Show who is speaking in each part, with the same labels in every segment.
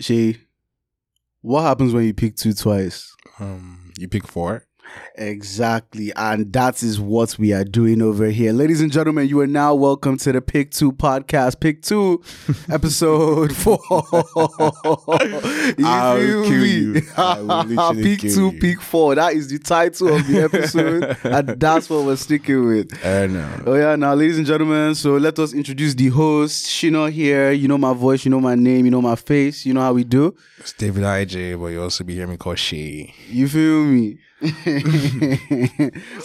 Speaker 1: Shay, what happens when you pick two twice?
Speaker 2: Um, you pick four.
Speaker 1: Exactly. And that is what we are doing over here. Ladies and gentlemen, you are now welcome to the Pick Two podcast, Pick Two, episode four. If
Speaker 2: I will
Speaker 1: you
Speaker 2: kill
Speaker 1: be-
Speaker 2: you. I will literally
Speaker 1: pick
Speaker 2: kill
Speaker 1: two,
Speaker 2: you.
Speaker 1: pick four. That is the title of the episode. and that's what we're sticking with.
Speaker 2: I know.
Speaker 1: Oh yeah, now ladies and gentlemen, so let us introduce the host. Shino here. You know my voice, you know my name, you know my face, you know how we do.
Speaker 2: It's David IJ, but you also be hearing me called Shay.
Speaker 1: You feel me?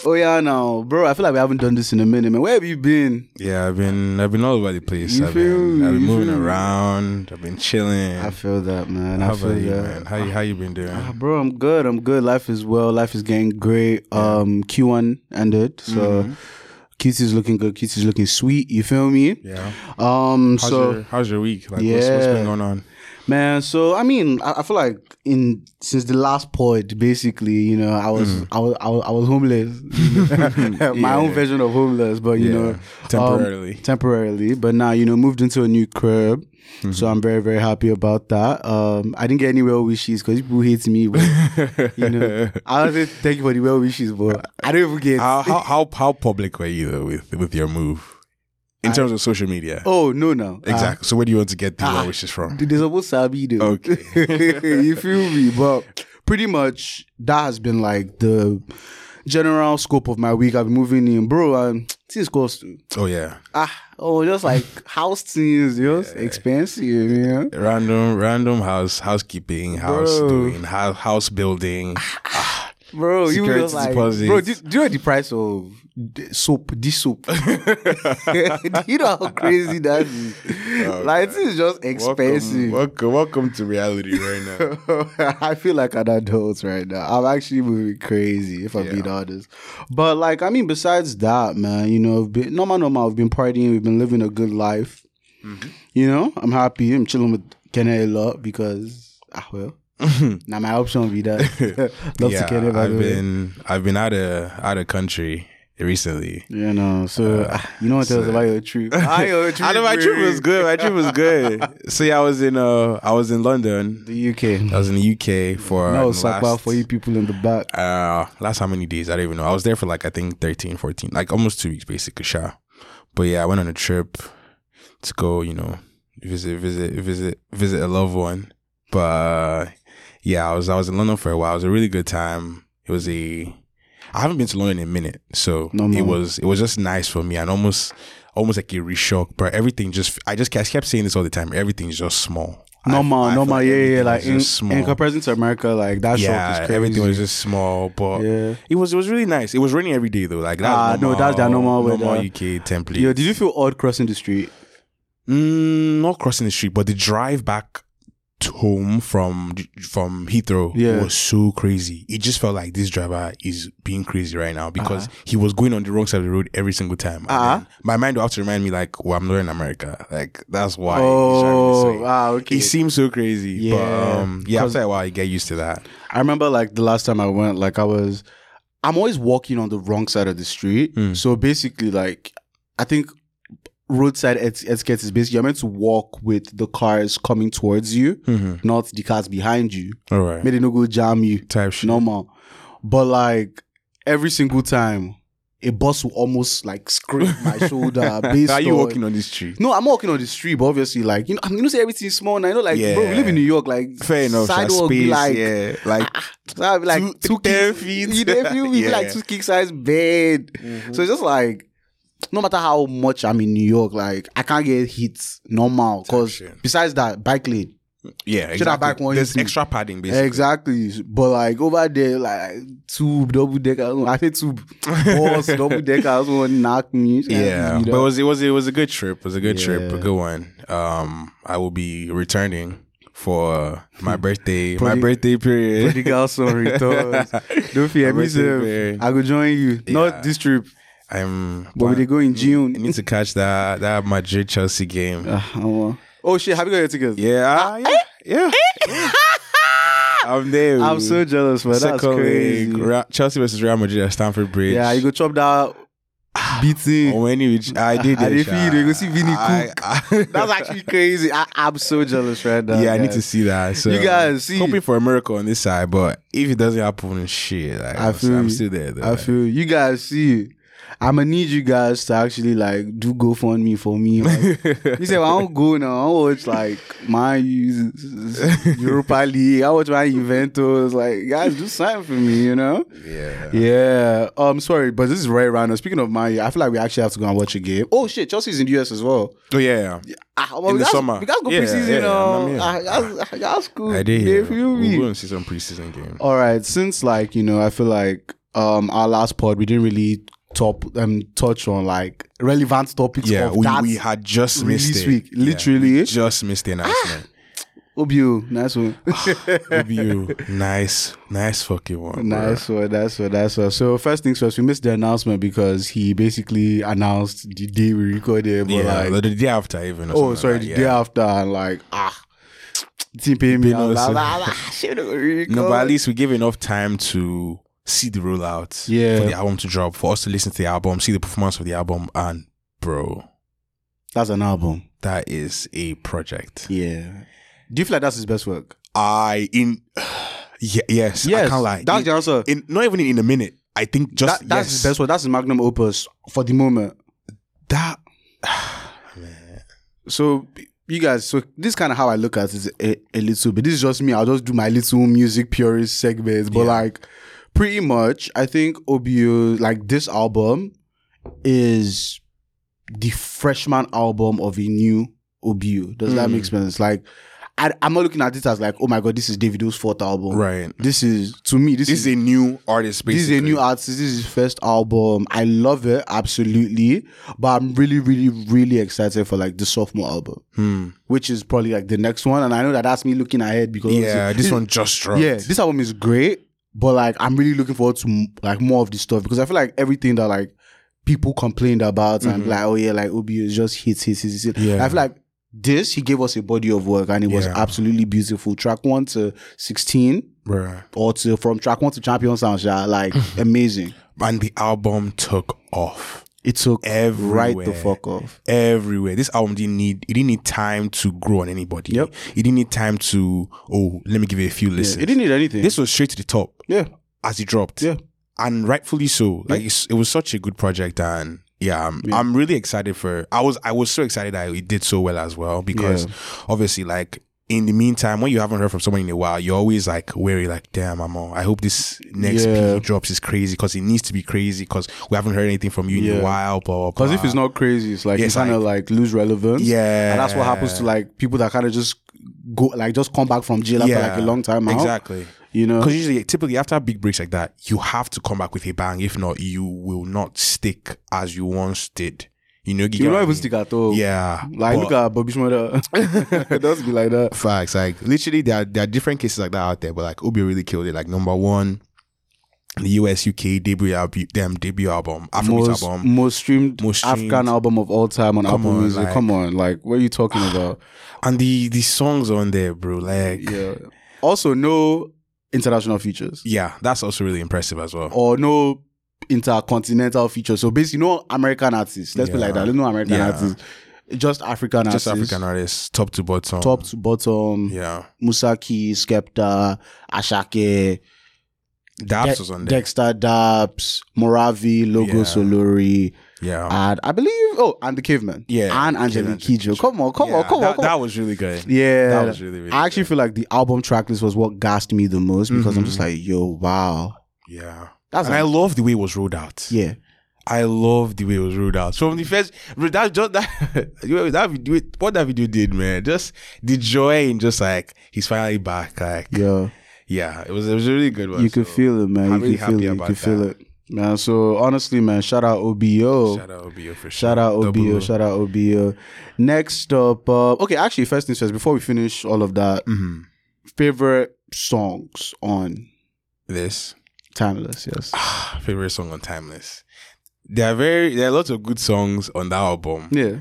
Speaker 1: oh yeah, now, bro. I feel like we haven't done this in a minute, man. Where have you been?
Speaker 2: Yeah, I've been I've been all over the place.
Speaker 1: You
Speaker 2: I've
Speaker 1: feel
Speaker 2: been
Speaker 1: me?
Speaker 2: I've been
Speaker 1: You
Speaker 2: moving
Speaker 1: feel me?
Speaker 2: around. I've been chilling.
Speaker 1: I feel that, man.
Speaker 2: how
Speaker 1: I feel
Speaker 2: about you,
Speaker 1: that.
Speaker 2: man? How you how you been doing?
Speaker 1: Ah, Bro, I'm good. I'm good. Life is well. Life is getting great. Um, Q1 ended, so QT is looking good. QT is looking sweet. You feel me?
Speaker 2: yeah.
Speaker 1: Um,
Speaker 2: How's
Speaker 1: so
Speaker 2: your How's your week? Like, what's, what's
Speaker 1: Yeah.
Speaker 2: been going on?
Speaker 1: Man, so I mean, I, I feel like in since the last pod, basically, you know, I was
Speaker 2: Mm.
Speaker 1: I was I was, I was homeless, my own version of homeless, but you
Speaker 2: Yeah,
Speaker 1: know, um,
Speaker 2: temporarily.
Speaker 1: temporarily. But now you know, moved into a new crib,
Speaker 2: Mm-hmm.
Speaker 1: so I'm very very happy about that. Um, I didn't get any well wishes because people hate me. But, you know, I want to say thank you for the well wishes, but I don't even get.
Speaker 2: How how how, how public were you though, with with your move in terms of social media?
Speaker 1: oh no, no, Uh, ah,
Speaker 2: exactly. so where do you want to get the well wishes from?
Speaker 1: They're supposed to be there.
Speaker 2: Okay.
Speaker 1: you feel me? But pretty much that has been like the general scope of my week. I've been moving in, bro. Um, things cost
Speaker 2: Oh yeah,
Speaker 1: ah oh just like house things, just expensive, man.
Speaker 2: random random house housekeeping, house
Speaker 1: Bro.
Speaker 2: doing, house house building.
Speaker 1: Bro, you
Speaker 2: Security
Speaker 1: just like
Speaker 2: deposits.
Speaker 1: bro. Do, do you know the price of the soap? This soap. do you know how crazy that is?
Speaker 2: Oh,
Speaker 1: like this is just expensive.
Speaker 2: Welcome, welcome to reality right now.
Speaker 1: I feel like an adult right now. I'm actually moving crazy, if I'm
Speaker 2: Yeah.
Speaker 1: being honest. But like, I mean, besides that, man, you know, I've been, normal, normal. I've been partying. We've been living a good life.
Speaker 2: Mm-hmm.
Speaker 1: You know, I'm happy. I'm chilling with Kenny a lot because ah well. now my option be that. Love
Speaker 2: yeah,
Speaker 1: to Kenny by
Speaker 2: I've
Speaker 1: the way.
Speaker 2: been I've been out of out of country recently.
Speaker 1: You know, so ah, you know what tell us about your trip. Ah, your
Speaker 2: uh, I know my trip was good. My trip was good. See, I was in uh I was in London.
Speaker 1: The UK.
Speaker 2: I was in the UK for
Speaker 1: No,
Speaker 2: the
Speaker 1: Sakwa
Speaker 2: last-
Speaker 1: for you people in the back.
Speaker 2: uh last how many days i don't even know i was there for like i think 13 14 like almost two weeks basically sure but yeah i went on a trip to go you know visit visit visit visit a loved one but uh, yeah i was i was in london for a while it was a really good time it was a i haven't been to london in a minute so
Speaker 1: No
Speaker 2: it
Speaker 1: more.
Speaker 2: was it was just nice for me and almost almost like a reshock but everything just i just I kept saying this all the time everything's just small I-
Speaker 1: Normal,
Speaker 2: I feel
Speaker 1: normal, yeah, yeah.
Speaker 2: everything
Speaker 1: Like
Speaker 2: is
Speaker 1: in,
Speaker 2: just small
Speaker 1: in comparison to America, like that
Speaker 2: yeah,
Speaker 1: shock is crazy.
Speaker 2: everything was just small, but
Speaker 1: Yeah.
Speaker 2: it was it was really nice. It was raining every day though. Like that's
Speaker 1: Ah, no,
Speaker 2: normal,
Speaker 1: that's their normal weather.
Speaker 2: normal UK template.
Speaker 1: Yo, did you feel odd crossing the street?
Speaker 2: mm, not crossing the street, but the drive back to home from from Heathrow
Speaker 1: Yeah.
Speaker 2: was so crazy. It just felt like this driver is being crazy right now because he was going on the wrong side of the road every single time. And
Speaker 1: Uh-huh.
Speaker 2: then My mind will have to remind me like, well, I'm not in America. Like that's why. he's driving this
Speaker 1: Oh,
Speaker 2: way.
Speaker 1: wow, okay.
Speaker 2: It seems so crazy,
Speaker 1: Yeah.
Speaker 2: but um, yeah, after a while, you get used to that.
Speaker 1: I remember like the last time I went, like I was, I'm always walking on the wrong side of the street.
Speaker 2: Mm.
Speaker 1: So basically, like, I think roadside et- etiquette is basically you're meant to walk with the cars coming towards you,
Speaker 2: Mhm.
Speaker 1: not the cars behind you.
Speaker 2: All right,
Speaker 1: May they no go jam you.
Speaker 2: type shit.
Speaker 1: normal. But like every single time, a bus will almost like scrape my shoulder. Based
Speaker 2: Are you
Speaker 1: on-
Speaker 2: walking on this street?
Speaker 1: No, I'm walking on the street, but obviously, like you know, I'm gonna say everything's small. Now you know, like bro, we
Speaker 2: Yeah.
Speaker 1: live in New York. Like
Speaker 2: Fair enough. sha,
Speaker 1: sidewalk
Speaker 2: space,
Speaker 1: be like. ah,
Speaker 2: yeah, like
Speaker 1: that'd be like
Speaker 2: Two-
Speaker 1: two, ten
Speaker 2: ten feet.
Speaker 1: You know, if you be
Speaker 2: Yeah. Mm-hmm.
Speaker 1: like two kick size bed. So it's just like no matter how much I'm in New York, like I can't get hit normal. Cause
Speaker 2: shit.
Speaker 1: besides that, bike lane.
Speaker 2: yeah.
Speaker 1: I
Speaker 2: Exactly.
Speaker 1: back one
Speaker 2: There's
Speaker 1: too?
Speaker 2: extra padding, basically.
Speaker 1: Exactly. But like over there, like tube, double decker. I say tube boss, double decker. I one knock me.
Speaker 2: Yeah,
Speaker 1: You
Speaker 2: but it
Speaker 1: know?
Speaker 2: was it was it was a good trip. It was a good trip, a
Speaker 1: Yeah.
Speaker 2: good one. Um, I will be returning for uh, my birthday, my
Speaker 1: Pretty-
Speaker 2: birthday period.
Speaker 1: the girl son returns. Don't fear
Speaker 2: I'm
Speaker 1: me,
Speaker 2: ready to
Speaker 1: sir.
Speaker 2: prepare.
Speaker 1: I go join you. Not this trip,
Speaker 2: I'm.
Speaker 1: but we they go in June.
Speaker 2: I need to catch that that Madrid Chelsea game.
Speaker 1: Ah, I want- oh shit! Have you got your tickets?
Speaker 2: Yeah, ah, yeah, yeah. yeah. I'm there.
Speaker 1: eh? I'm so jealous, man. That's
Speaker 2: Second
Speaker 1: crazy.
Speaker 2: leg, Ra- Chelsea versus Real Madrid at Stamford Bridge.
Speaker 1: Yeah, you go chop that
Speaker 2: Oh
Speaker 1: beating.
Speaker 2: when you, I did.
Speaker 1: I
Speaker 2: it,
Speaker 1: did feel you, they go see Vinny
Speaker 2: I- I-
Speaker 1: That's actually crazy. I, I'm so jealous right now.
Speaker 2: yeah, I need
Speaker 1: guys.
Speaker 2: to see that. So
Speaker 1: You guys, see-
Speaker 2: hoping for a miracle on this side, but if it doesn't happen, shit, like,
Speaker 1: I
Speaker 2: I
Speaker 1: feel
Speaker 2: I'm
Speaker 1: you.
Speaker 2: still there. Though,
Speaker 1: I
Speaker 2: like.
Speaker 1: feel you guys see. I'ma need you guys to actually like do GoFundMe for me. Like, you say well, I don't go now. I watch like my Europa League. I watch my Juventus. Like guys, do something for me. You know.
Speaker 2: yeah.
Speaker 1: Yeah. Um. Sorry, but this is right around. us. Speaking of my, I feel like we actually have to go and watch a game. Oh shit, Chelsea's in the US as well.
Speaker 2: Oh yeah, yeah.
Speaker 1: Ah, well,
Speaker 2: the
Speaker 1: that's-
Speaker 2: summer.
Speaker 1: We gotta go
Speaker 2: Yeah,
Speaker 1: preseason.
Speaker 2: yeah,
Speaker 1: um,
Speaker 2: I'm here.
Speaker 1: ah, that's, ah, that's cool.
Speaker 2: I did.
Speaker 1: They
Speaker 2: Hear.
Speaker 1: feel me.
Speaker 2: We're going to see some preseason game.
Speaker 1: All right, since like you know, I feel like um our last pod we didn't really top um touch on like relevant topics.
Speaker 2: yeah,
Speaker 1: of
Speaker 2: we,
Speaker 1: that
Speaker 2: we had just
Speaker 1: release
Speaker 2: missed it.
Speaker 1: week.
Speaker 2: Yeah,
Speaker 1: Literally.
Speaker 2: we just missed the announcement.
Speaker 1: Obio, nice one,
Speaker 2: Ah, Obi, nice, nice fucking one. bro.
Speaker 1: nice one, that's one, that's one. So first things first, we missed the announcement because he basically announced the day we recorded, but
Speaker 2: Yeah,
Speaker 1: like
Speaker 2: the- the day after even. or
Speaker 1: oh
Speaker 2: something
Speaker 1: sorry,
Speaker 2: like
Speaker 1: the
Speaker 2: that,
Speaker 1: day
Speaker 2: yeah.
Speaker 1: after, and like ah, team pay me, I was
Speaker 2: also-
Speaker 1: like, ah, ah, shit, we
Speaker 2: No, but at
Speaker 1: record.
Speaker 2: least we give enough time to see the rollout.
Speaker 1: Yeah.
Speaker 2: For the album to drop, for us to listen to the album, see the performance of the album, and bro,
Speaker 1: that's an album.
Speaker 2: that is a project.
Speaker 1: Yeah, do you feel like that's his best work?
Speaker 2: I in yeah, yes, I can't lie.
Speaker 1: that's
Speaker 2: In-
Speaker 1: the answer.
Speaker 2: in, not even in a minute. I think just
Speaker 1: that, that's
Speaker 2: yes.
Speaker 1: his best one. That's his magnum opus for the moment.
Speaker 2: That
Speaker 1: So you guys, so this kind of how I look at it a, a little bit. This is just me. I'll just do my little music purist segments, but
Speaker 2: Yeah.
Speaker 1: like pretty much, I think Obio like this album is the freshman album of a new Obio. Does that
Speaker 2: Mm.
Speaker 1: make sense? Like. I, I'm not looking at it as like, oh my god, this is Davido's fourth album.
Speaker 2: right.
Speaker 1: This is to me, this,
Speaker 2: This
Speaker 1: is
Speaker 2: is a new artist. Basically.
Speaker 1: This is a new artist. This is his first album. I love it absolutely, but I'm really, really, really excited for like the sophomore album,
Speaker 2: Hmm.
Speaker 1: which is probably like the next one. And I know that that's me looking ahead because
Speaker 2: Yeah,
Speaker 1: obviously-
Speaker 2: this one just dropped.
Speaker 1: yeah, this album is great, but like I'm really looking forward to m- like more of this stuff because I feel like everything that like people complained about and like oh yeah, like Obi is just hits, hits, hits, hits.
Speaker 2: Mm-hmm. Yeah.
Speaker 1: I feel like this he gave us a body of work and it was
Speaker 2: Yeah.
Speaker 1: absolutely beautiful. Track one to sixteen
Speaker 2: Bruh.
Speaker 1: or to from track one to champion sound, yeah, like amazing.
Speaker 2: and the album took off
Speaker 1: It took
Speaker 2: Everywhere.
Speaker 1: right the fuck off.
Speaker 2: everywhere. This album didn't need it didn't need time to grow on anybody.
Speaker 1: Yep.
Speaker 2: It didn't need time to oh let me give it a few listens.
Speaker 1: It didn't need anything.
Speaker 2: this was straight to the top
Speaker 1: yeah,
Speaker 2: as it dropped.
Speaker 1: yeah.
Speaker 2: and rightfully so. Like it's, it was such a good project, and yeah, I'm, I'm really excited for. I was I was so excited that it did so well as well because
Speaker 1: Yeah.
Speaker 2: obviously like. In the meantime, when you haven't heard from someone in a while, you're always like wary, like, damn, I'm on. I hope this next
Speaker 1: Yeah.
Speaker 2: PE drops is crazy because it needs to be crazy because we haven't heard anything from you in
Speaker 1: Yeah.
Speaker 2: a while. Blah, blah,
Speaker 1: Because if
Speaker 2: blah.
Speaker 1: it's not crazy, it's like
Speaker 2: Yeah,
Speaker 1: you
Speaker 2: it's
Speaker 1: kind of like, lose relevance.
Speaker 2: yeah,
Speaker 1: and that's what happens to like people that kind of just go like just come back from jail after like a long time out.
Speaker 2: Exactly.
Speaker 1: You know.
Speaker 2: Because usually, typically, after big breaks like that, you have to come back with a bang. If not, you will not stick as you once did. You know, get
Speaker 1: You
Speaker 2: what
Speaker 1: don't
Speaker 2: I
Speaker 1: even
Speaker 2: mean?
Speaker 1: stick at all.
Speaker 2: Yeah.
Speaker 1: Like
Speaker 2: but-
Speaker 1: look at Bobby Schmurda. it does be like that.
Speaker 2: facts. Like literally, there are, there are different cases like that out there, but like Obi really killed it. Like number one, in the US UK debut album, damn debut album, Afrobeat
Speaker 1: Most,
Speaker 2: album.
Speaker 1: most, streamed
Speaker 2: Most streamed.
Speaker 1: African album of all time on
Speaker 2: Come
Speaker 1: Apple
Speaker 2: on,
Speaker 1: Music.
Speaker 2: like-
Speaker 1: Come on, like ah, what are you talking about?
Speaker 2: and the the songs on there, bro. Like yeah.
Speaker 1: yeah. Also, no international features.
Speaker 2: that's also really impressive as well.
Speaker 1: or no intercontinental feature. So basically, no American artists. Let's be
Speaker 2: Yeah.
Speaker 1: like that. No American
Speaker 2: Yeah.
Speaker 1: artists. Just African
Speaker 2: Just
Speaker 1: artists.
Speaker 2: African artists, top to bottom.
Speaker 1: Top to bottom.
Speaker 2: Yeah,
Speaker 1: Musaki, Skepta, Ashake,
Speaker 2: Dabs
Speaker 1: De-
Speaker 2: was on there.
Speaker 1: Dexter Dabs, Moravi, Logo
Speaker 2: Yeah.
Speaker 1: Solori,
Speaker 2: yeah.
Speaker 1: and I believe, oh, and The Caveman.
Speaker 2: Yeah.
Speaker 1: And Angelique
Speaker 2: Angelique
Speaker 1: Kidjo. Come on, come on,
Speaker 2: Yeah,
Speaker 1: come
Speaker 2: that,
Speaker 1: on. Come
Speaker 2: that
Speaker 1: on.
Speaker 2: was really good.
Speaker 1: yeah.
Speaker 2: That was really, really
Speaker 1: I actually feel like the album track list was what gassed me the most because I'm
Speaker 2: Mhm.
Speaker 1: just like, yo, wow.
Speaker 2: Yeah.
Speaker 1: That's
Speaker 2: and I
Speaker 1: like,
Speaker 2: love the way it was rolled out.
Speaker 1: yeah.
Speaker 2: I love the way it was rolled out. So from the first, bro, that just that that video, what that video did, man. Just the joy in just like he's finally back. Like yeah,
Speaker 1: Yeah.
Speaker 2: it was it was a really good one.
Speaker 1: You could
Speaker 2: So,
Speaker 1: feel it, man. you
Speaker 2: I'm really
Speaker 1: could feel
Speaker 2: happy
Speaker 1: it. You
Speaker 2: about
Speaker 1: could feel
Speaker 2: that.
Speaker 1: it, man. So honestly, man, shout out OBO.
Speaker 2: Shout out Obio for sure.
Speaker 1: Shout out
Speaker 2: Double
Speaker 1: OBO.
Speaker 2: O.
Speaker 1: Shout out OBO. Next up, uh, okay. Actually, first things first. Before we finish all of that,
Speaker 2: Mhm.
Speaker 1: favorite songs on
Speaker 2: This ah,
Speaker 1: Timeless. Yes.
Speaker 2: favorite song on Timeless. There are very there are lots of good songs on that album.
Speaker 1: Yeah.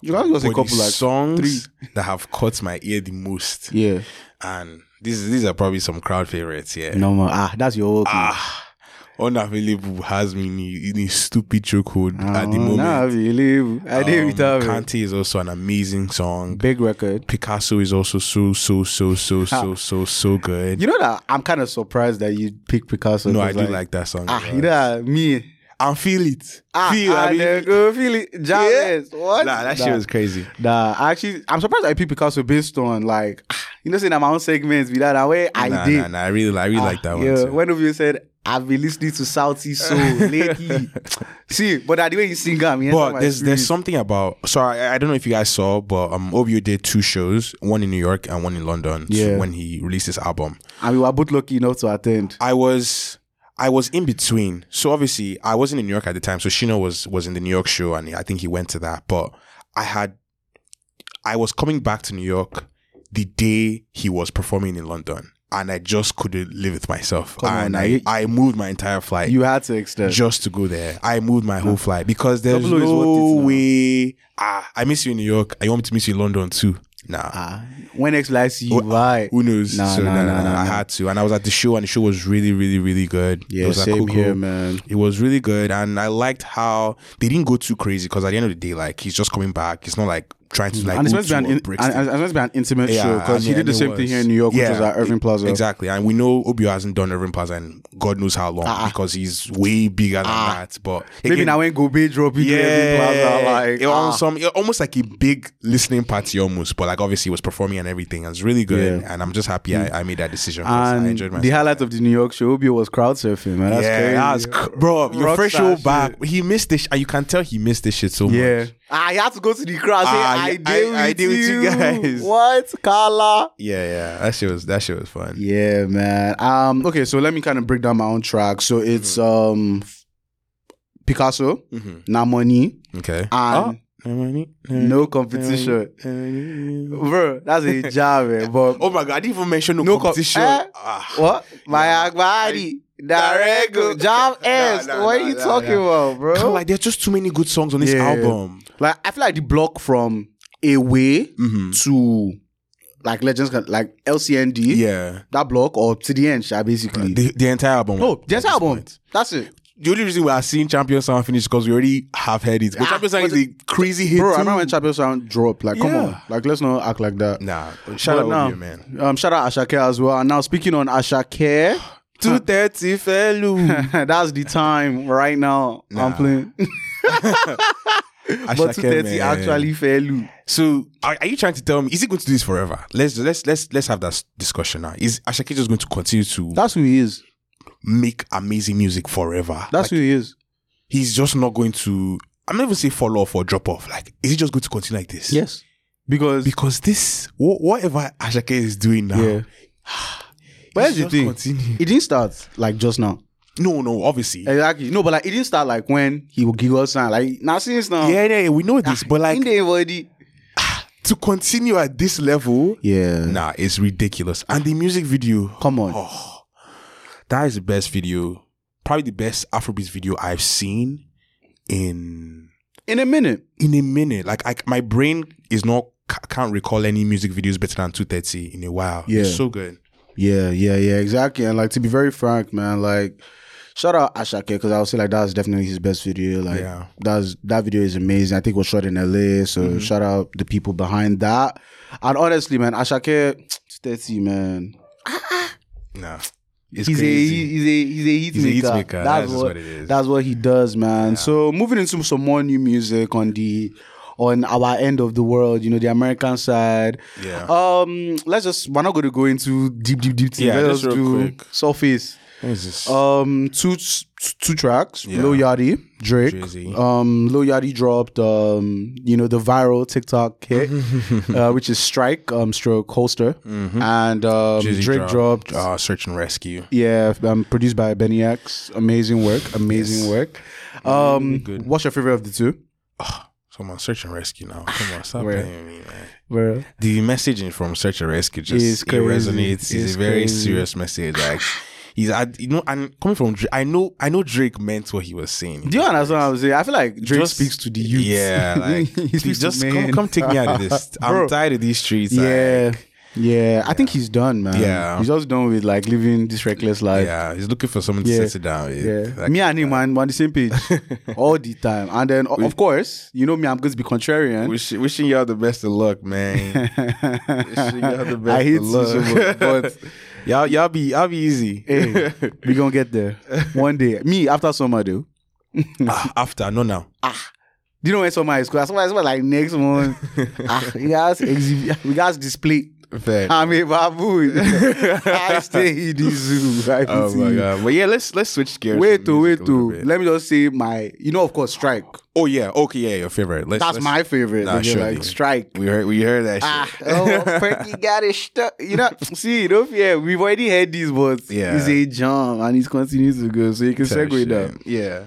Speaker 1: You got us a
Speaker 2: But the
Speaker 1: couple like
Speaker 2: songs
Speaker 1: three.
Speaker 2: that have caught my ear the most,
Speaker 1: yeah.
Speaker 2: and these these are probably some crowd favorites. Yeah.
Speaker 1: No more. Ah, that's your old.
Speaker 2: Ah, Unavailable has me in, in his stupid chokehold
Speaker 1: I
Speaker 2: at the
Speaker 1: don't
Speaker 2: moment.
Speaker 1: know, really. Oh, I
Speaker 2: Um,
Speaker 1: didn't have it.
Speaker 2: Kante is also an amazing song.
Speaker 1: Big record.
Speaker 2: Picasso is also so so so so so so so good.
Speaker 1: You know that I'm kind of surprised that you picked Picasso.
Speaker 2: no, I
Speaker 1: 'cause,
Speaker 2: do like that song.
Speaker 1: ah,
Speaker 2: a lot.
Speaker 1: you know that, me.
Speaker 2: I feel it.
Speaker 1: Ah,
Speaker 2: feel.
Speaker 1: ah,
Speaker 2: I mean,
Speaker 1: there go, feel it. Jarvis,
Speaker 2: nah,
Speaker 1: what?
Speaker 2: that shit was crazy.
Speaker 1: Nah, I actually, I'm surprised I picked Picasso based on like, ah, you know, saying that my own segments be that that way. I
Speaker 2: nah,
Speaker 1: did.
Speaker 2: Nah, nah, I really, like- I really
Speaker 1: Ah,
Speaker 2: like that one.
Speaker 1: Yeah,
Speaker 2: too.
Speaker 1: one of you said I've been listening to Southie Soul lately. See, but that the way you sing, I'm
Speaker 2: But there's there's something about so I, I don't know if you guys saw, but um Obio did two shows, one in New York and one in London so
Speaker 1: Yeah.
Speaker 2: when he released his album.
Speaker 1: and we were both lucky enough to attend.
Speaker 2: I was I was in between. So obviously I wasn't in New York at the time. So Shino was was in the New York show and I think he went to that. But I had I was coming back to New York the day he was performing in London. And I just couldn't live with myself.
Speaker 1: Come on
Speaker 2: and
Speaker 1: now,
Speaker 2: I,
Speaker 1: you-
Speaker 2: I moved my entire flight
Speaker 1: You had to extend.
Speaker 2: just to go there. I moved my whole flight because there's
Speaker 1: Double O is
Speaker 2: no
Speaker 1: worth it now.
Speaker 2: way. Ah, I miss you in New York. I want me to miss you in London too. Nah.
Speaker 1: ah, when X likes you,
Speaker 2: Who-
Speaker 1: why?
Speaker 2: Who knows?
Speaker 1: Nah, nah,
Speaker 2: nah,
Speaker 1: nah,
Speaker 2: nah,
Speaker 1: nah, nah.
Speaker 2: I had to, and I was at the show, and the show was really, really, really good. It
Speaker 1: Yeah,
Speaker 2: was at
Speaker 1: same
Speaker 2: Coco.
Speaker 1: here, man.
Speaker 2: It was really good, and I liked how they didn't go too crazy because at the end of the day, like he's just coming back. It's not like trying to like.
Speaker 1: and it's
Speaker 2: go
Speaker 1: supposed to be an
Speaker 2: to what
Speaker 1: in,
Speaker 2: breaks
Speaker 1: and,
Speaker 2: the-
Speaker 1: and it's supposed to be an intimate show because
Speaker 2: and
Speaker 1: he
Speaker 2: then
Speaker 1: did the
Speaker 2: it
Speaker 1: same thing
Speaker 2: was-
Speaker 1: here in New York, which was at
Speaker 2: e-
Speaker 1: Irving Plaza.
Speaker 2: Exactly. And we know Obio hasn't done Irving Plaza in God knows how long because he's way bigger than that. But
Speaker 1: Ah. Maybe
Speaker 2: again,
Speaker 1: now when Gobe drop it, yeah, Plaza, like
Speaker 2: it was
Speaker 1: ah.
Speaker 2: some it- almost like a big listening party almost, but like obviously he was performing and everything. It was really good, and I'm just happy I, I made that decision. 'cause I
Speaker 1: Mm. And
Speaker 2: enjoyed myself.
Speaker 1: the highlight of the New York show, Obio was crowd surfing, man. That's
Speaker 2: yeah,
Speaker 1: crazy.
Speaker 2: that was cr- bro. Your
Speaker 1: Rockstar
Speaker 2: first show
Speaker 1: shit.
Speaker 2: back, he missed this. Sh- you can tell he missed this shit so
Speaker 1: Yeah.
Speaker 2: much.
Speaker 1: I Ah, had to go to the crowd. Say,
Speaker 2: Ah,
Speaker 1: I,
Speaker 2: yeah,
Speaker 1: deal
Speaker 2: I-
Speaker 1: with
Speaker 2: I deal
Speaker 1: you.
Speaker 2: with you guys.
Speaker 1: What? Carla?
Speaker 2: Yeah, yeah, that shit was that shit was fun.
Speaker 1: Yeah, man. Um, okay, so let me kind of break down my own track. So it's um Picasso,
Speaker 2: Mhm.
Speaker 1: Namoni,
Speaker 2: Okay.
Speaker 1: and no competition. Bro, that's a job, man. But
Speaker 2: Oh my god, I didn't even mention no,
Speaker 1: No co-
Speaker 2: competition.
Speaker 1: Eh?
Speaker 2: Ah.
Speaker 1: what? My body. Direct
Speaker 2: Nah,
Speaker 1: job S.
Speaker 2: nah,
Speaker 1: what
Speaker 2: nah,
Speaker 1: are you
Speaker 2: nah,
Speaker 1: talking
Speaker 2: nah.
Speaker 1: about, bro?
Speaker 2: Kinda like there's just too many good songs on this
Speaker 1: Yeah.
Speaker 2: album.
Speaker 1: Like I feel like the block from away
Speaker 2: Mhm.
Speaker 1: to like legends can- like LCND
Speaker 2: Yeah,
Speaker 1: that block or to the end, sha, basically.
Speaker 2: the, the entire album.
Speaker 1: no, just
Speaker 2: At this
Speaker 1: album.
Speaker 2: point.
Speaker 1: That's it,
Speaker 2: The only reason we are seeing Champion Sound finish because we already have heard it. But
Speaker 1: Ah,
Speaker 2: Champion Sound is
Speaker 1: was
Speaker 2: a crazy hit.
Speaker 1: bro. I
Speaker 2: too.
Speaker 1: remember when Champion Sound dropped. Like, come
Speaker 2: Yeah.
Speaker 1: on, like let's not act like that.
Speaker 2: Nah, shout
Speaker 1: But
Speaker 2: out
Speaker 1: now,
Speaker 2: to you, man.
Speaker 1: Um, shout out Ashake as well. And now speaking on Ashake,
Speaker 2: 230 fellow.
Speaker 1: that's the time right now. I'm
Speaker 2: Nah.
Speaker 1: playing, but 230 actually fell.
Speaker 2: So, are, are you trying to tell me is he going to do this forever? Let's let's let's let's have that s- discussion now. Is Ashake just going to continue to
Speaker 1: That's who he is.
Speaker 2: make amazing music forever?
Speaker 1: That's
Speaker 2: like,
Speaker 1: who he is.
Speaker 2: he's just not going to. I'm not even say fall off or drop off. Like, is he just going to continue like this?
Speaker 1: Yes, because
Speaker 2: Because this, wh- whatever Ashake is doing now,
Speaker 1: yeah. But here's
Speaker 2: he's
Speaker 1: the
Speaker 2: just
Speaker 1: thing:
Speaker 2: continue.
Speaker 1: it didn't start like just now.
Speaker 2: No, no, obviously.
Speaker 1: Exactly. No, but like it didn't start like when he would giggle sign. Like now since now,
Speaker 2: yeah, yeah, yeah, we know this, but like
Speaker 1: Oh. in the body.
Speaker 2: to continue at this level,
Speaker 1: Yeah.
Speaker 2: nah, it's ridiculous. And the music video,
Speaker 1: Come on.
Speaker 2: oh, that is the best video, probably the best Afrobeats video I've seen in
Speaker 1: In a minute.
Speaker 2: in a minute. Like, I, my brain is not ca- can't recall any music videos better than two thirty in a while.
Speaker 1: Yeah.
Speaker 2: it's so good.
Speaker 1: Yeah, yeah, yeah, exactly. And like to be very frank, man, like shout out Ashake because I would say like that's definitely his best video. Like
Speaker 2: Yeah. Mm-hmm.
Speaker 1: that's that video is amazing. I think it was shot in LA, so shout out the people behind that. And honestly, man, Ashake, thirty man,
Speaker 2: Nah, it's
Speaker 1: he's a
Speaker 2: crazy.
Speaker 1: he's a he's a
Speaker 2: He's a
Speaker 1: hitmaker.
Speaker 2: hit maker. That's just what it is.
Speaker 1: That's what he does, man. So moving into some more new music on the on our end of the world, you know, the American side.
Speaker 2: Yeah.
Speaker 1: Um, let's just we're not going to go into deep, deep, deep. things.
Speaker 2: Yeah,
Speaker 1: let's
Speaker 2: just real
Speaker 1: do
Speaker 2: quick.
Speaker 1: surface.
Speaker 2: What is this?
Speaker 1: Um, two two tracks.
Speaker 2: Yeah.
Speaker 1: Lil Yachty, Drake.
Speaker 2: Drizzy.
Speaker 1: Um, Lil Yachty dropped um, you know, the viral TikTok hit, uh, which is Strike, um, stroke holster, and um,
Speaker 2: Drizzy
Speaker 1: Drake dropped.
Speaker 2: uh, Mm-hmm. Search and Rescue.
Speaker 1: yeah, um, produced by Benny X. Amazing work, amazing work. Um,
Speaker 2: good.
Speaker 1: what's your favorite of the two?
Speaker 2: Come on, Search and Rescue now. Come on, stop
Speaker 1: Where?
Speaker 2: playing with me, man.
Speaker 1: Where?
Speaker 2: the messaging from Search and Rescue just
Speaker 1: It's
Speaker 2: it
Speaker 1: crazy.
Speaker 2: resonates. It's,
Speaker 1: It's
Speaker 2: a very
Speaker 1: crazy.
Speaker 2: serious message. Like he's I, you know, and coming from Drake, I know I know Drake meant what he was saying.
Speaker 1: Do you understand what I'm saying? I feel like Drake
Speaker 2: Just-
Speaker 1: speaks to the youth.
Speaker 2: Yeah, like
Speaker 1: he speaks
Speaker 2: just
Speaker 1: to
Speaker 2: come,
Speaker 1: men.
Speaker 2: come take me out of this. I'm
Speaker 1: Bro.
Speaker 2: tired of these streets.
Speaker 1: Yeah.
Speaker 2: like,
Speaker 1: Yeah, I think he's done, man.
Speaker 2: Yeah.
Speaker 1: he's just done with like living this reckless life.
Speaker 2: yeah, he's looking for someone
Speaker 1: Yeah.
Speaker 2: to sit it down. with.
Speaker 1: Yeah,
Speaker 2: Like,
Speaker 1: me and him man, we're on the same page all the time. And then, o- of course, you know me, I'm going to be contrarian.
Speaker 2: wish- wishing y'all the best of luck, man. wishing y'all the best
Speaker 1: I hate
Speaker 2: of
Speaker 1: you so much,
Speaker 2: luck.
Speaker 1: but
Speaker 2: y'all, y'all be, y'all be easy.
Speaker 1: hey, we gonna get there one day. Me after summer, though.
Speaker 2: Ah, after, no, now.
Speaker 1: Do you know when summer is cool? Summer is like next month. ah, we guys exhibit, we guys display.
Speaker 2: Fair.
Speaker 1: I'm a baboon. I stay in the zoo. I
Speaker 2: Oh
Speaker 1: see
Speaker 2: my
Speaker 1: you.
Speaker 2: god! But yeah, let's let's switch gears.
Speaker 1: Wait
Speaker 2: from
Speaker 1: to
Speaker 2: music
Speaker 1: wait
Speaker 2: a little
Speaker 1: to.
Speaker 2: bit.
Speaker 1: Let me just say my. You know, of course, strike.
Speaker 2: Oh yeah, okay, yeah, your favorite. Let's,
Speaker 1: That's
Speaker 2: let's-
Speaker 1: my favorite.
Speaker 2: Nah,
Speaker 1: nigga,
Speaker 2: surely.
Speaker 1: like strike.
Speaker 2: We heard we heard that
Speaker 1: Ah,
Speaker 2: shit.
Speaker 1: oh, Perky got it stuck. You know, see, don't fear. We've already had these, but
Speaker 2: Yeah.
Speaker 1: it's a jump and it continues to go. So you can
Speaker 2: Type
Speaker 1: segue
Speaker 2: shit.
Speaker 1: that.
Speaker 2: Yeah.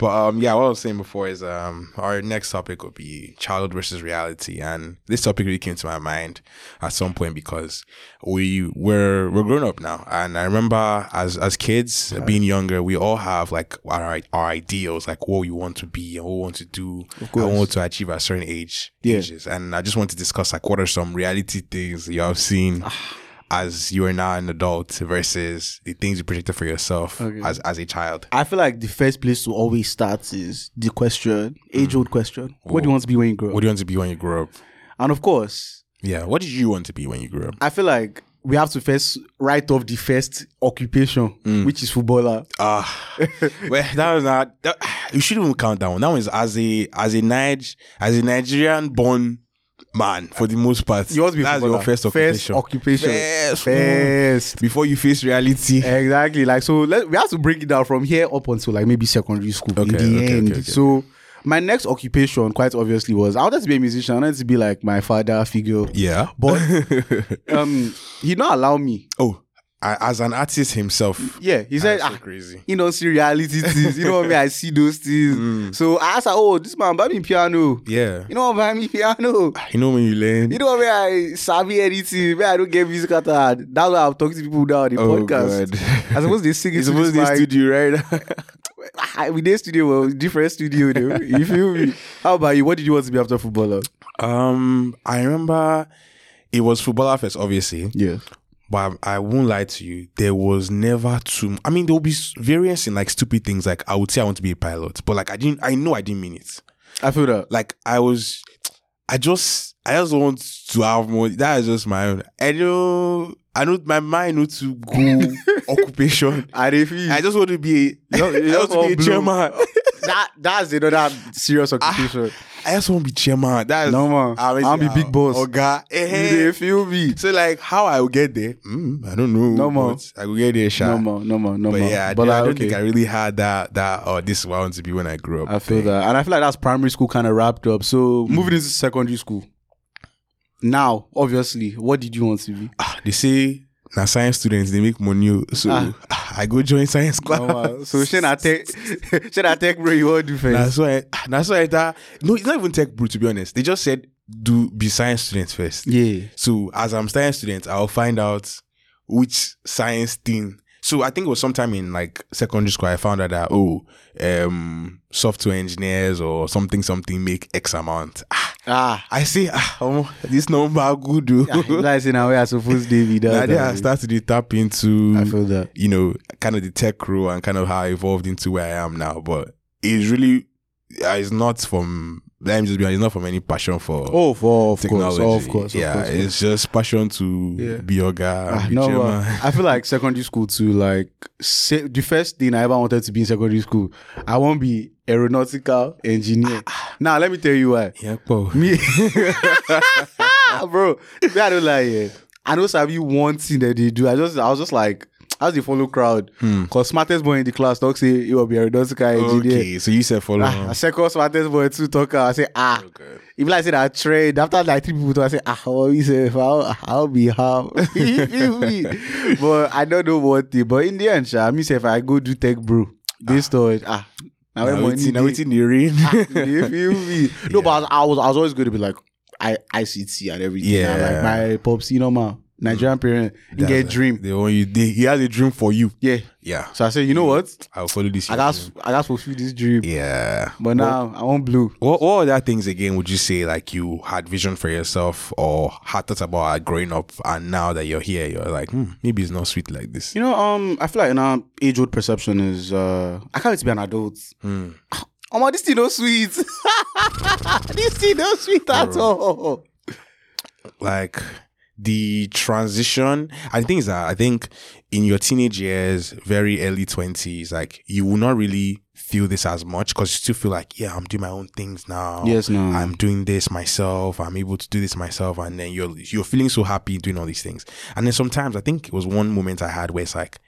Speaker 2: But um, yeah, what I was saying before is um, our next topic would be childhood versus reality, and this topic really came to my mind at some point because we we're we're grown up now, and I remember as as kids being younger, we all have like our our ideals, like what we want to be and what we want to do, and what we want to achieve at a certain age
Speaker 1: Yeah.
Speaker 2: ages, and I just want to discuss like what are some reality things you have seen.
Speaker 1: Ah.
Speaker 2: As you are now an adult versus the things you projected for yourself
Speaker 1: Okay.
Speaker 2: as as a child.
Speaker 1: I feel like the first place to always start is the question,
Speaker 2: Hmm.
Speaker 1: age old question. What do you want to be when you grow up?
Speaker 2: What do you want to be when you grow up?
Speaker 1: And of course,
Speaker 2: Yeah. What did you want to be when you grew up?
Speaker 1: I feel like we have to first write off the first occupation,
Speaker 2: Mm.
Speaker 1: which is footballer.
Speaker 2: Ah, well, that was not. That, you shouldn't even count that one. That one is as a as a Nige, as a Nigerian born man for the most part.
Speaker 1: You want to be a
Speaker 2: That's
Speaker 1: footballer.
Speaker 2: your first occupation.
Speaker 1: First occupation.
Speaker 2: First one.
Speaker 1: First.
Speaker 2: Before you face reality.
Speaker 1: Exactly. Like so, let, we have to break it down from here up until like maybe secondary school. in
Speaker 2: Okay,
Speaker 1: the
Speaker 2: okay,
Speaker 1: end.
Speaker 2: okay, okay.
Speaker 1: So my next occupation, quite obviously, was I wanted to be a musician. I wanted to be like my father figure.
Speaker 2: Yeah.
Speaker 1: But um, he not allow me.
Speaker 2: Oh, I, as an artist himself. Eh,
Speaker 1: Yeah, he said,
Speaker 2: That's so
Speaker 1: "Ah,
Speaker 2: crazy.
Speaker 1: you don't see reality things. You know what I mean? I see those things.
Speaker 2: Mm.
Speaker 1: So I asked her, oh, this man buy me piano.
Speaker 2: Yeah.
Speaker 1: You know what buy me piano.
Speaker 2: You know when you learn.
Speaker 1: You know where I savvy anything, where I don't get musical talent. That's why I'm talking to people now on the
Speaker 2: oh
Speaker 1: podcast.
Speaker 2: God.
Speaker 1: I suppose they sing it
Speaker 2: It's
Speaker 1: to
Speaker 2: supposed
Speaker 1: this
Speaker 2: to be
Speaker 1: mic.
Speaker 2: studio, right?
Speaker 1: I- We did studio, well, different studio, though. You feel me? How about you? What did you want to be after footballer?
Speaker 2: um, I remember it was footballer first, obviously.
Speaker 1: Yeah.
Speaker 2: but I I won't lie to you. There was never too. I mean, there will be s- variance in like stupid things. Like I would say I want to be a pilot, but like I didn't. I know I didn't mean it.
Speaker 1: I feel that.
Speaker 2: Like I was. I just. I just want to have more. That is just my own. I know. I know my mind not to go occupation.
Speaker 1: I didn't feel
Speaker 2: I just want to be. A,
Speaker 1: You don't- you
Speaker 2: I
Speaker 1: don't
Speaker 2: just want to
Speaker 1: want
Speaker 2: be a
Speaker 1: blue.
Speaker 2: chairman. Ah,
Speaker 1: that that's another serious occupation.
Speaker 2: I just want to be chairman. That's
Speaker 1: No, man. I'll be big boss.
Speaker 2: Oh God.
Speaker 1: you didn't feel me.
Speaker 2: So like, how I will get there? Mm, I don't know.
Speaker 1: No, man.
Speaker 2: but I will get there, sha.
Speaker 1: No more, no more, no
Speaker 2: But
Speaker 1: more.
Speaker 2: yeah, I,
Speaker 1: but
Speaker 2: did- I
Speaker 1: like,
Speaker 2: don't
Speaker 1: okay.
Speaker 2: think I really had that. That oh, this is what I want to be when I grew up.
Speaker 1: I feel that. And I feel like that's primary school kind of wrapped up. So moving
Speaker 2: Mm.
Speaker 1: into secondary school. Now, obviously, what did you want to be?
Speaker 2: Ah, they say now science students they make money, oh, so
Speaker 1: Ah.
Speaker 2: ah, I go join science class.
Speaker 1: so should I take should I take bro you want to do first?
Speaker 2: That's why. ah, That's why that. No, it's not even tech bro. To be honest, they just said do be science students first.
Speaker 1: Yeah.
Speaker 2: So as I'm science student, I'll find out which science thing. So I think it was sometime in like secondary school I found out that oh, um, software engineers or something something make X amount. Ah,
Speaker 1: Ah.
Speaker 2: I say ah, omo, this number good. oh.
Speaker 1: That's in our way I suppose David
Speaker 2: Now they I started to tap into
Speaker 1: I feel that.
Speaker 2: you know kind of the tech role and kind of how I evolved into where I am now. But it's really uh, it's not from let me just be honest, it's not from any passion for
Speaker 1: Oh, for of
Speaker 2: technology.
Speaker 1: course, of course,
Speaker 2: yeah,
Speaker 1: of course.
Speaker 2: it's just passion to
Speaker 1: Yeah.
Speaker 2: be a guy,
Speaker 1: Ah,
Speaker 2: be
Speaker 1: no,
Speaker 2: chairman.
Speaker 1: man. I feel like secondary school too. Like se- the first thing I ever wanted to be in secondary school, I want to be aeronautical engineer. now let me tell you why.
Speaker 2: Yeah, bro.
Speaker 1: Me, bro, me, I don't like it. I know some you one thing that they do. I just, I was just like, as the follow crowd,
Speaker 2: Hmm.
Speaker 1: cause smartest boy in the class talk say he will be aeronautical engineer.
Speaker 2: Okay, so you said follow.
Speaker 1: Ah, I second smartest boy too talk. I say ah.
Speaker 2: Okay.
Speaker 1: Even I said I trade after like three people, talk, I say ah, what we say, I'll, I'll be how. You feel me? but I don't know what thing. But in the end, sha, me say if I go do tech, bro, this storage ah. Now
Speaker 2: Now
Speaker 1: when money
Speaker 2: waiting, now
Speaker 1: dey- Ah,
Speaker 2: waiting the rain.
Speaker 1: you feel me? No, but I was, I was I was always going to be like I ICT and everything.
Speaker 2: Yeah. Mm.
Speaker 1: And like my pops, you know, man, Nigerian parent, he
Speaker 2: That's
Speaker 1: get
Speaker 2: it.
Speaker 1: dream.
Speaker 2: They want you. They, he has a dream for you.
Speaker 1: Yeah.
Speaker 2: Yeah.
Speaker 1: So I said, you know what?
Speaker 2: I'll follow this.
Speaker 1: I
Speaker 2: your
Speaker 1: got
Speaker 2: dream.
Speaker 1: I got fulfill this dream.
Speaker 2: Yeah.
Speaker 1: But now I want blue.
Speaker 2: What what other things again would you say like you had vision for yourself or had thoughts about at growing up and now that you're here you're like hmm, maybe it's not sweet like this.
Speaker 1: You know, um, I feel like in our age old perception is uh I can't wait to be an adult.
Speaker 2: Hmm.
Speaker 1: Oh my, this thing no sweet. this thing no sweet at all.
Speaker 2: Like the transition and things that I think in your teenage years, very early twenties, like you will not really feel this as much because you still feel like yeah I'm doing my own things now.
Speaker 1: Yes, no.
Speaker 2: I'm doing this myself. I'm able to do this myself, and then you're you're feeling so happy doing all these things. And then sometimes I think it was one moment I had where it's like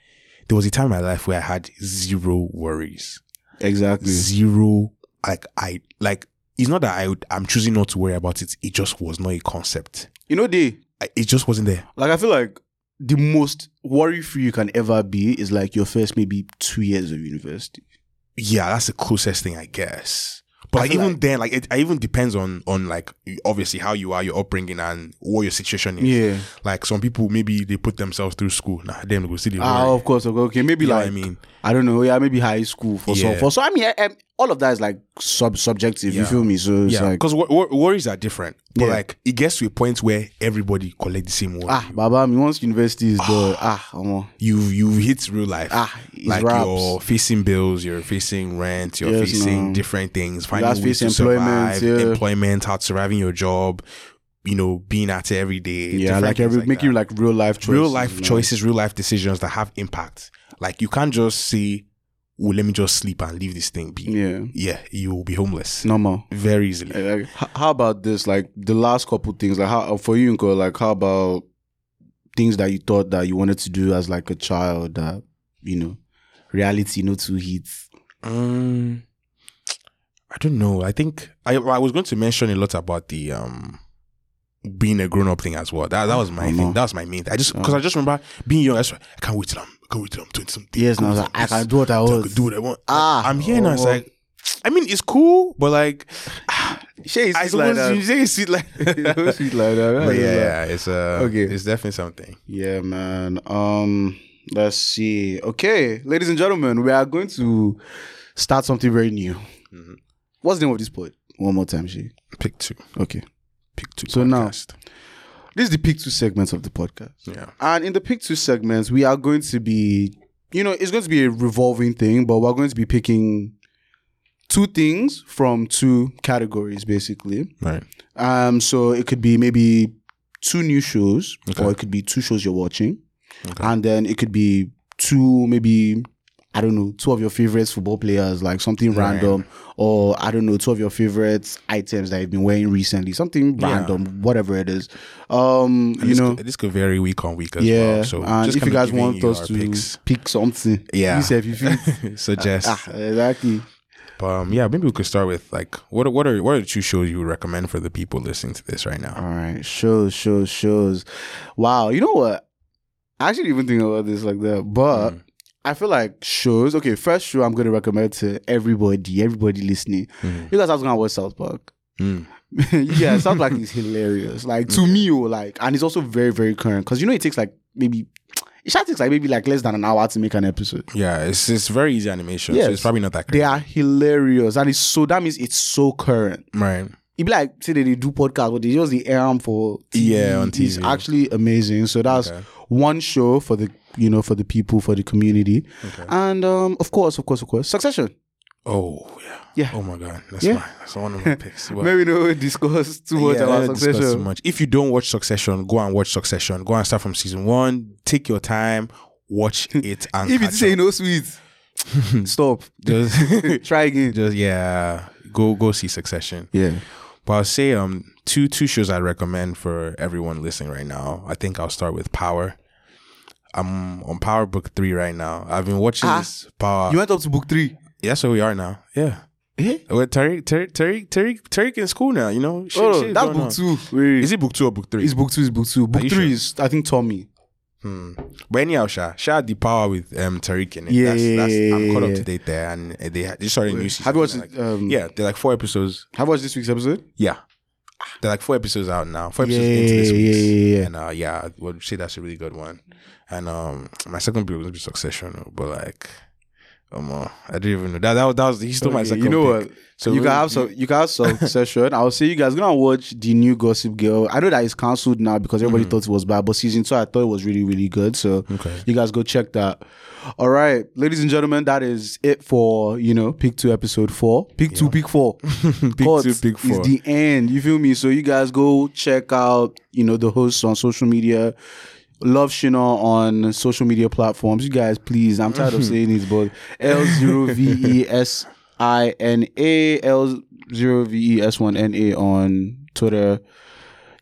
Speaker 2: there was a time in my life where I had zero worries,
Speaker 1: exactly.
Speaker 2: zero like I like. It's not that I would, I'm choosing not to worry about it. It just was not a concept.
Speaker 1: You know, they
Speaker 2: I- It just wasn't there.
Speaker 1: like I feel like the most worry free you can ever be is like your first maybe two years of university.
Speaker 2: Yeah, that's the closest thing I guess. But
Speaker 1: I
Speaker 2: like,
Speaker 1: feel
Speaker 2: even
Speaker 1: like-
Speaker 2: then, like it, it even depends on on like obviously how you are, your upbringing, and what your situation is.
Speaker 1: Yeah.
Speaker 2: Like some people maybe they put thememselves through school. Nah, them go see the
Speaker 1: Ah,
Speaker 2: worry.
Speaker 1: of course. Okay, okay. maybe
Speaker 2: You know
Speaker 1: like
Speaker 2: what I mean?
Speaker 1: I don't know. Yeah, maybe high school for some.
Speaker 2: Yeah.
Speaker 1: For some, I mean, I, I- all of that is like sub subjective. You
Speaker 2: Yeah.
Speaker 1: feel me? So it's
Speaker 2: Yeah,
Speaker 1: like
Speaker 2: because wor- wor- worries are different. But
Speaker 1: Yeah.
Speaker 2: like, it gets to a point where everybody collect the same worry.
Speaker 1: ah, Baba, me once university is done. Ah, omo.
Speaker 2: You you hit real life.
Speaker 1: Ah, it's
Speaker 2: like
Speaker 1: raps.
Speaker 2: you're facing bills, you're facing rent, you're
Speaker 1: Yes,
Speaker 2: facing
Speaker 1: man.
Speaker 2: different things. Finding
Speaker 1: have to
Speaker 2: ways to
Speaker 1: face employment,
Speaker 2: survive,
Speaker 1: yeah.
Speaker 2: employment, how surviving your job. You know, being at it every day.
Speaker 1: yeah,
Speaker 2: different
Speaker 1: like
Speaker 2: things
Speaker 1: every, making
Speaker 2: that.
Speaker 1: like real life choices.
Speaker 2: real life
Speaker 1: you know?
Speaker 2: choices, real life decisions that have impact. Like you can't just say, "Oh, let me just sleep and leave this thing be."
Speaker 1: Yeah,
Speaker 2: yeah you will be homeless
Speaker 1: normal.
Speaker 2: very easily.
Speaker 1: Like, like, h- how about this? Like the last couple things, like how for you, Nko, like how about things that you thought that you wanted to do as like a child that you know reality no two hits.
Speaker 2: Um, I don't know. I think I I was going to mention a lot about the um being a grown up thing as well. That that was my
Speaker 1: Omo.
Speaker 2: thing. That was my main. Thing. I just
Speaker 1: Mm.
Speaker 2: because I just remember being young. I, just, I can't wait till I'm I can't wait till I'm twenty something.
Speaker 1: Yes, now I was like, I can do what I
Speaker 2: I
Speaker 1: want.
Speaker 2: can do what I want.
Speaker 1: Ah,
Speaker 2: I'm here now. It's
Speaker 1: omo.
Speaker 2: like. I mean, it's cool, but like,
Speaker 1: Shit, it's
Speaker 2: I
Speaker 1: sweet like
Speaker 2: suppose
Speaker 1: that.
Speaker 2: you say it's sweet like,
Speaker 1: It's sweet like that.
Speaker 2: but
Speaker 1: right?
Speaker 2: yeah,
Speaker 1: It's like-
Speaker 2: yeah, it's uh,
Speaker 1: Okay.
Speaker 2: okay, it's definitely something.
Speaker 1: Yeah, man. Um, let's see. Okay, ladies and gentlemen, we are going to start something very new.
Speaker 2: Mhm.
Speaker 1: What's the name of this pod? One more time, she.
Speaker 2: Pick two,
Speaker 1: Okay.
Speaker 2: pick two.
Speaker 1: So now-
Speaker 2: podcast.
Speaker 1: This is the pick two segment of the podcast.
Speaker 2: yeah,
Speaker 1: And in the pick two segments, we are going to be, you know, it's going to be a revolving thing, but we're going to be picking two things from two categories, basically.
Speaker 2: right.
Speaker 1: Um, so it could be maybe two new shows,
Speaker 2: Okay.
Speaker 1: or it could be two shows you're watching,
Speaker 2: Okay.
Speaker 1: and then it could be two maybe I don't know two of your favorite football players, like something
Speaker 2: Right.
Speaker 1: random, or I don't know two of your favorite items that you've been wearing recently, something
Speaker 2: Yeah.
Speaker 1: random, whatever it is. Um,
Speaker 2: And
Speaker 1: you
Speaker 2: this
Speaker 1: know.
Speaker 2: could, this could vary week on week as
Speaker 1: Yeah,
Speaker 2: well. So
Speaker 1: and
Speaker 2: just
Speaker 1: if you
Speaker 2: kinda
Speaker 1: guys
Speaker 2: giving
Speaker 1: want
Speaker 2: you
Speaker 1: us
Speaker 2: our
Speaker 1: to
Speaker 2: picks.
Speaker 1: pick something,
Speaker 2: Yeah.
Speaker 1: you say if you feel,
Speaker 2: suggest,
Speaker 1: ah, exactly.
Speaker 2: But, um, yeah, maybe we could start with like what are- what are what are the two shows you would recommend for the people listening to this right now?
Speaker 1: All right, shows, shows, shows. Wow, you know what? I actually didn't even think about this like that, but
Speaker 2: Mm.
Speaker 1: I feel like shows. Okay, first show I'm going to recommend to everybody, everybody listening.
Speaker 2: Mm.
Speaker 1: You guys are going to watch South Park.
Speaker 2: Mm.
Speaker 1: yeah, South Park is hilarious. Like to me, oh, like, and it's also very, very current because you know it takes like maybe it should takes like maybe like less than an hour to make an episode.
Speaker 2: Yeah, it's it's very easy animation.
Speaker 1: Yes.
Speaker 2: so it's probably not that
Speaker 1: They
Speaker 2: crazy.
Speaker 1: are hilarious, and it's so that means it's so current.
Speaker 2: right.
Speaker 1: it be like say that they do podcast, but they just the air 'em for TV.
Speaker 2: Yeah, on
Speaker 1: It's
Speaker 2: TV.
Speaker 1: actually amazing. So that's
Speaker 2: Okay.
Speaker 1: one show for the you know for the people for the community,
Speaker 2: Okay.
Speaker 1: and um of course, of course, of course, Succession.
Speaker 2: Oh yeah.
Speaker 1: Yeah.
Speaker 2: Oh my god, that's
Speaker 1: Yeah.
Speaker 2: my that's one of my picks. Well,
Speaker 1: Maybe no discuss too much
Speaker 2: yeah,
Speaker 1: about
Speaker 2: don't discuss too
Speaker 1: Succession.
Speaker 2: much. If you don't watch Succession, go and watch Succession. Go and start from season one. Take your time, watch it, and
Speaker 1: If you
Speaker 2: catch
Speaker 1: say
Speaker 2: up.
Speaker 1: no sweets, stop.
Speaker 2: Just-
Speaker 1: Try again.
Speaker 2: just yeah, go go see Succession.
Speaker 1: Yeah.
Speaker 2: But I'll say um two two shows I'd recommend for everyone listening right now. I think I'll start with Power. I'm on Power Book Three right now. I've been watching
Speaker 1: Ah.
Speaker 2: this Power.
Speaker 1: You went up to book three.
Speaker 2: yeah, that's where we are now. Yeah.
Speaker 1: Eh?
Speaker 2: Well, Tariq, Tariq, Tariq, Tariq, Tariq in school now. You know, Shit-
Speaker 1: Oh,
Speaker 2: shit is
Speaker 1: that's
Speaker 2: going
Speaker 1: book
Speaker 2: on.
Speaker 1: two. Wait.
Speaker 2: Is it book two or book three?
Speaker 1: It's book two. It's book two. Book
Speaker 2: you
Speaker 1: three
Speaker 2: sure?
Speaker 1: is I think Tommy.
Speaker 2: Hmm. But anyhow, Sha, Sha had the power with um Tariq in it.
Speaker 1: Yeah,
Speaker 2: that's, that's, I'm caught
Speaker 1: yeah,
Speaker 2: up
Speaker 1: yeah.
Speaker 2: to date there, and uh, they they started a new season.
Speaker 1: Have you watched?
Speaker 2: They're like-
Speaker 1: it, um,
Speaker 2: yeah, they're like four episodes.
Speaker 1: Have you watched this week's episode?
Speaker 2: Yeah, They're like four episodes out now. Four episodes
Speaker 1: Yeah,
Speaker 2: into this
Speaker 1: yeah,
Speaker 2: week.
Speaker 1: yeah, yeah.
Speaker 2: And uh, yeah, I would say that's a really good one. And um, my second pick was gonna be Succession, but like, um, uh, I didn't even know that. That was, that was he stole my
Speaker 1: Okay, Oh,
Speaker 2: second.
Speaker 1: you know
Speaker 2: pick.
Speaker 1: what? So you can have some. You can have some session. I'll say you guys gonna watch the new Gossip Girl. I know that it's cancelled now because everybody thought it was bad, but season two I thought it was really really good. So
Speaker 2: Okay.
Speaker 1: you guys go check that. All right, ladies and gentlemen, that is it for you know pick two episode four, pick two, pick four.
Speaker 2: Pick
Speaker 1: Cut
Speaker 2: two, pick four.
Speaker 1: Is the end. You feel me? So you guys go check out you know the hosts on social media. Love Shino on social media platforms. You guys, please. I'm tired of saying this, but L zero V E S I N A L zero V E S one N A on Twitter.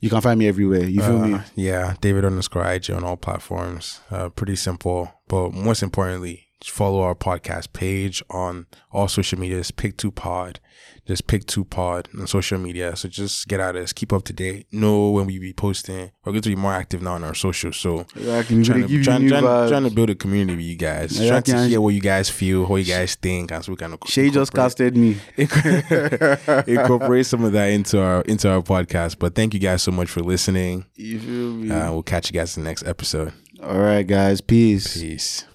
Speaker 1: You can find me everywhere. You feel me?
Speaker 2: Uh, yeah, David underscore IG on all platforms. Uh, pretty simple, but most importantly, just follow our podcast page on all social medias. Pick two pod, just pick two pod on social media. So just get at us, keep up to date, know when we be posting. We're going to be more active now on our social. So
Speaker 1: Exactly. We
Speaker 2: trying
Speaker 1: gonna give
Speaker 2: to,
Speaker 1: you
Speaker 2: trying,
Speaker 1: new
Speaker 2: trying-
Speaker 1: vibes.
Speaker 2: trying to build a community with you guys,
Speaker 1: Yeah,
Speaker 2: trying to
Speaker 1: can-
Speaker 2: hear what you guys feel, what you guys think, and so we can
Speaker 1: Shay just casted me.
Speaker 2: incorporate some of that into our into our podcast. But thank you guys so much for listening.
Speaker 1: You feel me?
Speaker 2: Uh, we'll catch you guys in the next episode.
Speaker 1: All right, guys. Peace.
Speaker 2: Peace.